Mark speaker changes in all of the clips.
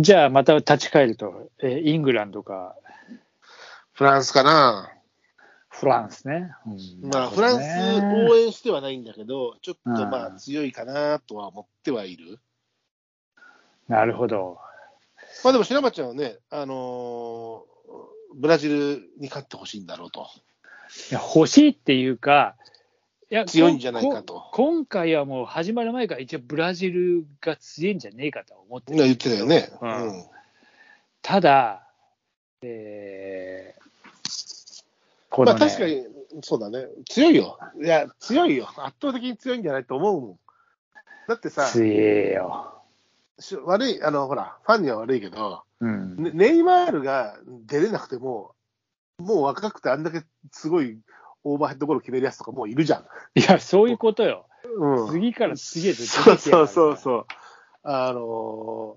Speaker 1: じゃあまた立ち返ると、えイングランドか
Speaker 2: フランスかな。
Speaker 1: フランスね。うん
Speaker 2: まあ、フランス応援してはないんだけど、ちょっとまあ強いかなとは思ってはいる。
Speaker 1: なるほど。
Speaker 2: まあでも、白馬ちゃんはね、あのーブラジルに勝ってほしいんだろうと。
Speaker 1: いや欲しいっていうか、いや
Speaker 2: 強いんじゃないかと
Speaker 1: こ今回はもう始まる前から一応ブラジルが強いんじゃねえかとは思って
Speaker 2: 今
Speaker 1: る
Speaker 2: 言ってたよね。
Speaker 1: う
Speaker 2: うんん。
Speaker 1: ただ、えーこ
Speaker 2: ま
Speaker 1: の
Speaker 2: あ
Speaker 1: ね
Speaker 2: 確かに、そうだね。強いよ。いや、強いよ。圧倒的に強いんじゃないと思うもん。だってさ、
Speaker 1: 強えよ。
Speaker 2: し悪い、あの、ほら、ファンには悪いけど、
Speaker 1: うん
Speaker 2: ねネイマールが出れなくても、もう若くてあんだけすごいオーバーヘッドゴール決めるやつとかもういるじゃん。
Speaker 1: いや、そういうことよ。
Speaker 2: うん。
Speaker 1: 次から次へと出てきやが
Speaker 2: そう
Speaker 1: る
Speaker 2: そうそうそう。あのー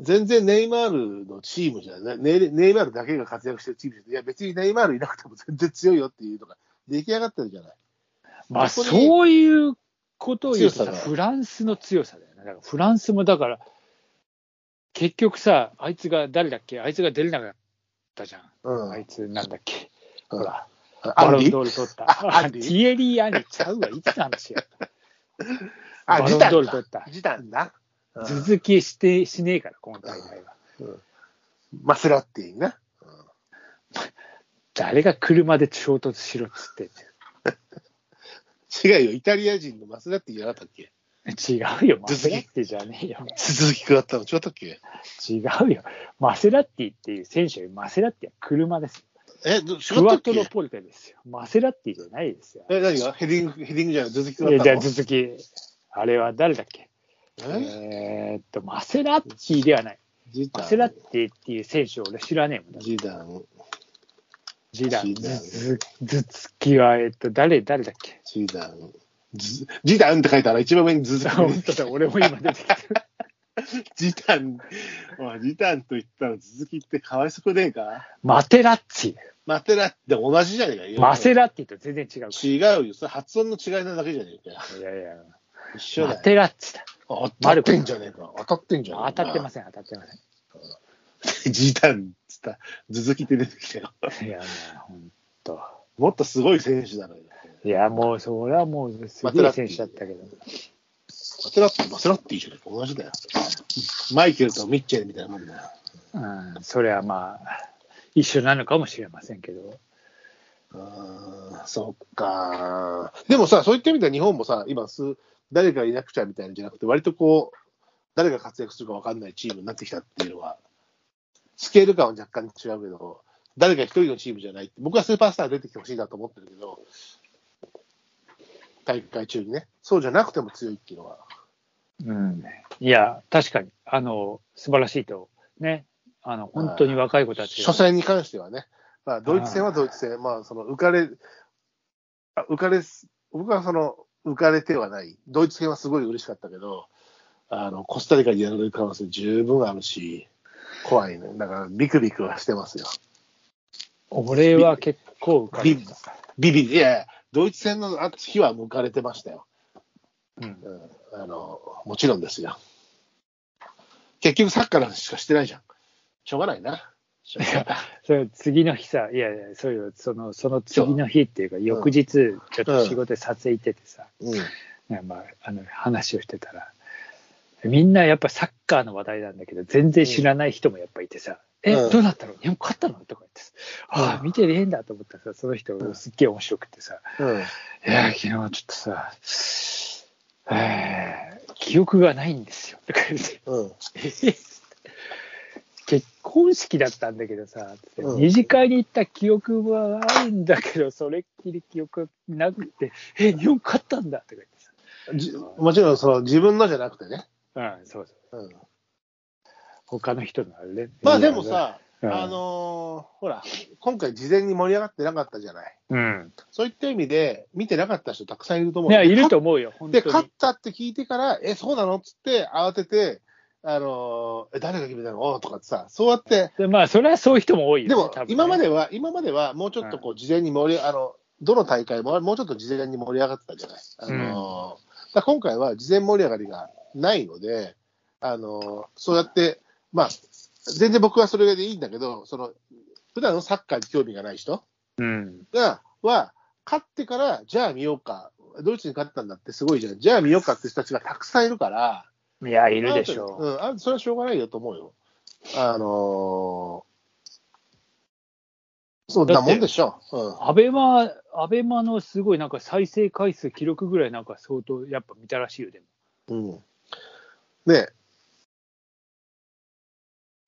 Speaker 2: 全然ネイマールのチームじゃないネイ、ネイマールだけが活躍してるチームじゃない、いや別にネイマールいなくても全然強いよっていうのが出来上がってるじゃない。
Speaker 1: まあ、
Speaker 2: そこに
Speaker 1: そういうことを言うと
Speaker 2: 強さ
Speaker 1: さ
Speaker 2: が
Speaker 1: フランスの強さだよね。だからフランスもだから、結局さ、あいつが誰だっけあいつが出れなかったじゃん。
Speaker 2: うん。
Speaker 1: あいつなんだっけ
Speaker 2: うん
Speaker 1: ほら、
Speaker 2: ア
Speaker 1: バ
Speaker 2: ン
Speaker 1: ロン
Speaker 2: リ
Speaker 1: ドール取った。
Speaker 2: あア
Speaker 1: あ
Speaker 2: ン
Speaker 1: テ
Speaker 2: リ
Speaker 1: ィエリー・アンリちゃうわ、いつの話や。バ
Speaker 2: あ、
Speaker 1: ロン
Speaker 2: ジ
Speaker 1: ド
Speaker 2: タ
Speaker 1: ール
Speaker 2: ン
Speaker 1: 取っ
Speaker 2: だ。
Speaker 1: た。
Speaker 2: ジタンだ。うん
Speaker 1: 続きしてしねえから、今大会は。
Speaker 2: マセラッティな。
Speaker 1: 誰が車で衝突しろっつってん
Speaker 2: 違うよ、イタリア人のマセラッティじゃなかったっけ
Speaker 1: ねん違うよ、マ
Speaker 2: 続
Speaker 1: セ
Speaker 2: き
Speaker 1: ラッティじゃねえよ。
Speaker 2: 鈴木くわったの違ったっけ
Speaker 1: 違うよ。マセラッティっていう選手よりマセラッティは車ですよ。
Speaker 2: え、ど違った
Speaker 1: クワ
Speaker 2: っけ
Speaker 1: トロポルテですよ。マセラッティじゃないですよ。
Speaker 2: え、何がヘディング、ヘディングじゃない、鈴木くわ
Speaker 1: い
Speaker 2: っ
Speaker 1: やじゃ
Speaker 2: た
Speaker 1: あ
Speaker 2: の
Speaker 1: 続き、あれは誰だっけ
Speaker 2: え
Speaker 1: えーっと、マセラッティではない。
Speaker 2: ジタ
Speaker 1: マ
Speaker 2: ン。
Speaker 1: セラッティっていう選手を俺知らねえもんだ
Speaker 2: ジダン、
Speaker 1: ジダン、
Speaker 2: ジダン
Speaker 1: ズズツキは、えっと、誰、誰だっけ
Speaker 2: ジダン。ジジダンって書いたら一番上に鈴木くわ
Speaker 1: 本当だ、俺も今出てきた。
Speaker 2: ジタン、おいジタンと言ったら続きってかわいそくねえか
Speaker 1: マテラッチ。
Speaker 2: マテラって同じじゃねえか。
Speaker 1: マセラッティと全然違うか
Speaker 2: 違うよ。それ発音の違いなだけじゃねえかよ。
Speaker 1: ら。いやいや、
Speaker 2: 一緒
Speaker 1: マ
Speaker 2: だよ。
Speaker 1: テラッチだ。
Speaker 2: 当たってんじゃねえか。当たってんじゃねえ
Speaker 1: 当
Speaker 2: か。
Speaker 1: たってません、当たってませ
Speaker 2: す。ジタンっつった。続きって出てきたよ。
Speaker 1: ん。いや、もう、ほんと。
Speaker 2: もっとすごい選手だろうよ。
Speaker 1: いや、もう、それはもう、すごい選手だったけど。
Speaker 2: マテラって、マセラっていいじゃねえか。同じだよ。マイケルとミッチェルみたいなもんだよ。
Speaker 1: うん、それはまあ、一緒なのかもしれませんけど。
Speaker 2: あーそっか。でもさ、そういった意味では日本もさ、今す、誰がいなくちゃみたいなんじゃなくて、割とこう、誰が活躍するか分かんないチームになってきたっていうのは、スケール感は若干違うけど、誰か一人のチームじゃないって、僕はスーパースター出てきてほしいなと思ってるけど、大会中にね、そうじゃなくても強いっていうのは、
Speaker 1: うん。いや、確かに、あの、素晴らしいと。ね。あの、本当に若い子たちが
Speaker 2: 初戦に関してはね、まあ、ドイツ戦はドイツ戦、まあ、その浮かれ、あ浮かれす、僕はその浮かれてはない、ドイツ戦はすごい嬉しかったけど、あのコスタリカにやられる可能性十分あるし、怖いね、だからビクビクはしてますよ。
Speaker 1: 俺は結構浮かれてた。
Speaker 2: ビビ、いやいや、ドイツ戦の日はもう浮かれてましたよ、
Speaker 1: うん
Speaker 2: うんあの、もちろんですよ。結局、サッカーの話しかしてないじゃん。しょうがないな。しょうがない
Speaker 1: それ次の日さ、いやいや、そういうそのその次の日っていうか、翌日、ちょっと仕事で撮影行っててさ、
Speaker 2: うん
Speaker 1: ねまあ、あの話をしてたら、みんなやっぱサッカーの話題なんだけど、全然知らない人もやっぱいてさ、え、
Speaker 2: うん
Speaker 1: どうなったの日本勝ったのとか言ってさ、あ
Speaker 2: う
Speaker 1: あ、
Speaker 2: ん
Speaker 1: 見てねえんだと思ったらさ、その人、
Speaker 2: うん
Speaker 1: すっげえ面白くてさ、
Speaker 2: う
Speaker 1: い
Speaker 2: ん
Speaker 1: や、昨日ちょっとさ、えー記憶がないんですよとか言って。
Speaker 2: うん
Speaker 1: 結婚式だったんだけどさ、つって
Speaker 2: うん
Speaker 1: 二次会に行った記憶はあるんだけど、それっきり記憶なくて、え、日本勝ったんだとか言ってさ、
Speaker 2: じもちろんその自分のじゃなくてね、
Speaker 1: うん、そうそう、
Speaker 2: うん、
Speaker 1: 他の人のあれね。
Speaker 2: まあでも、さ、
Speaker 1: うん
Speaker 2: あのーほら、今回、事前に盛り上がってなかったじゃない、
Speaker 1: うん、
Speaker 2: そういった意味で、見てなかった人、たくさんいると思う
Speaker 1: いや、いると思うよ、本
Speaker 2: で、
Speaker 1: 当
Speaker 2: 勝
Speaker 1: に
Speaker 2: っ。たって聞いてから、え、そうなのっつって、慌てて、あのーえ誰が決めたのおーとかってさ、そうやって、
Speaker 1: でまあ、それはそういう人も多いよ、
Speaker 2: でも
Speaker 1: 多分ね
Speaker 2: 今までは、今まではもうちょっとこう事前に盛り、あのどの大会ももうちょっと事前に盛り上がってたじゃない。あ
Speaker 1: う
Speaker 2: のー
Speaker 1: ん
Speaker 2: だから今回は事前盛り上がりがないので、あのーそうやってまあ、全然僕はそれでいいんだけど、その、普段のサッカーに興味がない人
Speaker 1: うん。
Speaker 2: が、は、勝ってから、じゃあ見ようか。ドイツに勝ったんだってすごいじゃん。じゃあ見ようかって人たちがたくさんいるから、
Speaker 1: いや、いるでしょう。
Speaker 2: うん、あそれはしょうがないよと思うよ。あのー、そんなもんでしょう。うん、
Speaker 1: アベマ、アベマのすごいなんか再生回数記録ぐらいなんか相当やっぱ見たらしいよ、でも。
Speaker 2: うんね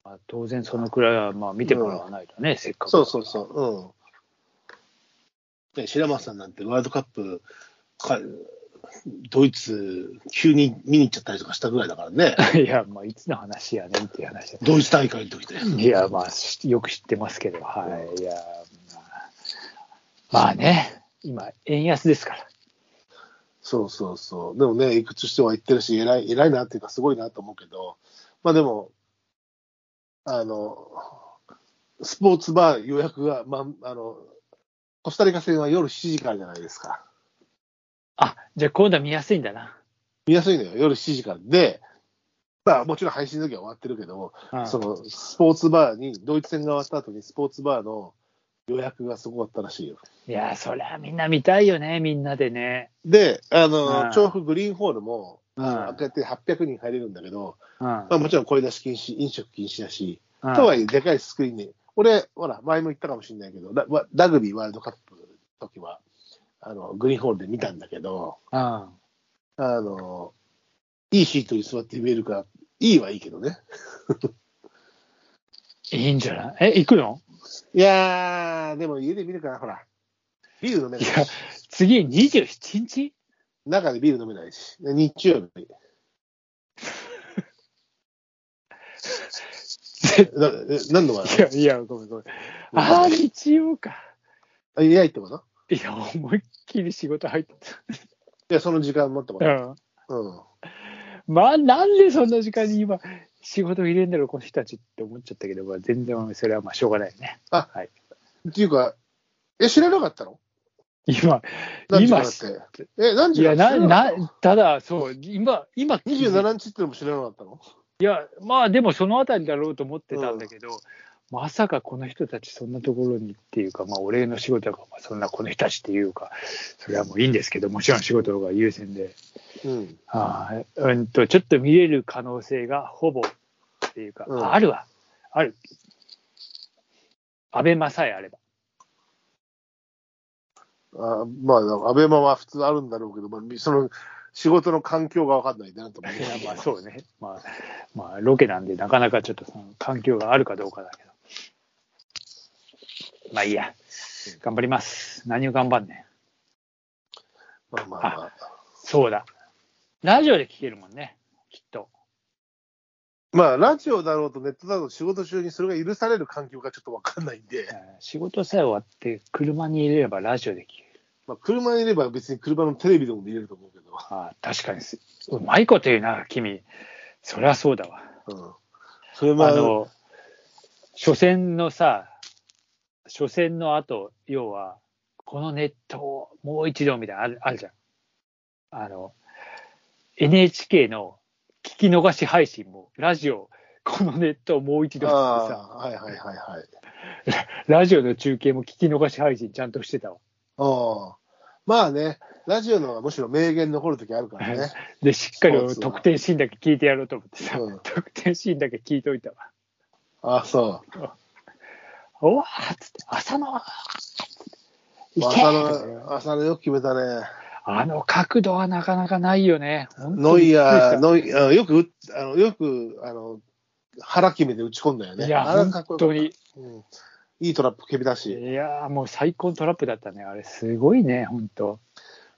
Speaker 1: まあ、当然そのくらいはまあ見てもらわないとね、せっかく。
Speaker 2: そうそうそう、うん。ね白松さんなんてワールドカップか、ドイツ、急に見に行っちゃったりとかしたぐらいだか らね、
Speaker 1: う。いや、まあいつの話やねんっていう話だ
Speaker 2: ドイツ大会の時で。
Speaker 1: いや、まあしよく知ってますけど、はい。いや、まあ、まあね、今、円安ですから。
Speaker 2: そうそうそう、でもね、いくつしては言ってるし、偉い偉いなっていうか、すごいなと思うけど、まあでも、あの、スポーツバー予約が、まあ、あの、コスタリカ戦は夜7時からじゃないですか。
Speaker 1: あ、じゃあ今度は見やすいんだな。
Speaker 2: 見やすいのよ、夜7時から。で、まあ、もちろん配信の時は終わってるけども、
Speaker 1: うん
Speaker 2: そのスポーツバーに、ドイツ戦が終わった後に、スポーツバーの予約がすごかったらしいよ。
Speaker 1: いや、そりゃみんな見たいよね、みんなでね。
Speaker 2: で、あ
Speaker 1: う
Speaker 2: の
Speaker 1: ん
Speaker 2: 調布グリーンホールも、
Speaker 1: うん
Speaker 2: 開けて800人入れるんだけど、
Speaker 1: うん
Speaker 2: まあ、もちろん声出し禁止、飲食禁止だし、
Speaker 1: うん
Speaker 2: とはいえ、でかいスクリーンに、俺、ほら、前も言ったかもしれないけど、ラわラグビーワールドカップの時は、あのグリーンホールで見たんだけど、
Speaker 1: うん
Speaker 2: あのいいシートに座って見えるから、いいはいいけどね。
Speaker 1: いいんじゃないえ、行くの
Speaker 2: いやー、でも家で見るから、ほら、ビール飲めないい
Speaker 1: や次27日
Speaker 2: 中でビール飲めないし、で日曜日。なえ何の話
Speaker 1: いや、いや、ごめんごめん。ああ、日曜か。
Speaker 2: あいやいってこと
Speaker 1: いや、思いっきり仕事入って
Speaker 2: いや、その時間もってこ
Speaker 1: た。
Speaker 2: と。
Speaker 1: うん。
Speaker 2: うん。
Speaker 1: まあ、なんでそんな時間に今、仕事を入れんだろう、この人たちって思っちゃったけど、まあ、全然それはまあ、しょうがないよね。
Speaker 2: っていうか、え、知らなかったの
Speaker 1: 今、
Speaker 2: 何時
Speaker 1: 今
Speaker 2: からって。え、何
Speaker 1: い
Speaker 2: 時
Speaker 1: や、
Speaker 2: から知
Speaker 1: な、
Speaker 2: らなかったの
Speaker 1: な、ただ、そう、今、今、
Speaker 2: 27日ってのも知らなかったの
Speaker 1: いや、まあ、でもそのあたりだろうと思ってたんだけど、まさかこの人たちそんなところにっていうか、まあ、お礼の仕事だから、まあ、そんなこの人たちっていうか、それはもういいんですけど、もちろん仕事が優先で。
Speaker 2: うん。
Speaker 1: ああうんと、ちょっと見れる可能性がほぼっていうか、
Speaker 2: うん
Speaker 1: ああるわ、ある。アベマさえあれば。
Speaker 2: あまあ、アベマは普通あるんだろうけど、まあ、みその、仕事の環境が分かんないなと思
Speaker 1: いやまあ
Speaker 2: う。
Speaker 1: そうね、まあ、まあ、ロケなんで、なかなかちょっとその環境があるかどうかだけど。まあいいや、頑張ります。何を頑張んねん。
Speaker 2: まあまあまあ。
Speaker 1: そうだ。ラジオで聞けるもんね、きっと。
Speaker 2: まあ、ラジオだろうとネットだろうと仕事中にそれが許される環境がちょっと分かんないん
Speaker 1: う、
Speaker 2: で
Speaker 1: ん仕事さえ終わって、車に入れればラジオで聞ける。
Speaker 2: まあ、車にいれば別に車のテレビでも見れると思うけど、
Speaker 1: ああ確かにす。うまいこと言うな、君。そりゃそうだわ。
Speaker 2: うん、それもあ
Speaker 1: あ
Speaker 2: の、
Speaker 1: の、初戦のさ、初戦の後、要は、このネットをもう一度みたいなのある、あるじゃん。あの、NHK の聞き逃し配信も、ラジオ、このネットをもう一度っつってさ、
Speaker 2: ああー、はいはいはいはい。
Speaker 1: ラジオの中継も聞き逃し配信ちゃんとしてたわ。
Speaker 2: あまあね、ラジオの方がむしろ名言残るときあるからね。
Speaker 1: で、しっかり
Speaker 2: そう
Speaker 1: 俺
Speaker 2: そう
Speaker 1: 得点シーンだけ聞いてやろうと思ってさ、
Speaker 2: うん
Speaker 1: 得点シーンだけ聞いといたわ。
Speaker 2: ああ、そう。
Speaker 1: おわーっつって、浅野ーっつって、いけ
Speaker 2: 浅
Speaker 1: ー
Speaker 2: 野、浅野よく決めたね。
Speaker 1: あの角度はなかなかないよね。本当に
Speaker 2: ノイ
Speaker 1: びっくり
Speaker 2: ヤ
Speaker 1: し
Speaker 2: ー、
Speaker 1: た
Speaker 2: ノイあのよく打っ、あのよく、あの、腹決めて打ち込んだよね。
Speaker 1: いや、
Speaker 2: あれかっ
Speaker 1: 本
Speaker 2: こよ
Speaker 1: 当
Speaker 2: かっ
Speaker 1: に。
Speaker 2: たうんいいトラップ蹴りだし、
Speaker 1: いやー、もう最高のトラップだったね。あれ、すごいね、本当。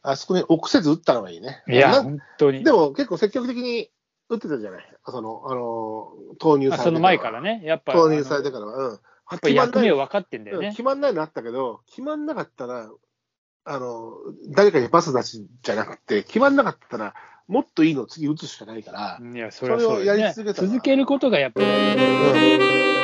Speaker 2: あそこに臆せず打ったのがいいね。
Speaker 1: いや、
Speaker 2: な
Speaker 1: 本当に
Speaker 2: で。も結構積極的に打ってたじゃない。その、あの、投入
Speaker 1: あ
Speaker 2: されて
Speaker 1: その前からね、やっぱ、
Speaker 2: 投入され
Speaker 1: あ
Speaker 2: てからは、うん。
Speaker 1: の
Speaker 2: やっ
Speaker 1: やっぱ役目を分かってんだよ
Speaker 2: うん
Speaker 1: ね。
Speaker 2: 決まんないのあったけど、決まんなかったら、あの、誰かにパス出しじゃなくて、決まんなかったら、もっといいのを次打つしかないから、
Speaker 1: いや、それは
Speaker 2: それを
Speaker 1: そうだよ
Speaker 2: や
Speaker 1: ね
Speaker 2: り続けたら
Speaker 1: 続けることがやっぱり。
Speaker 2: うん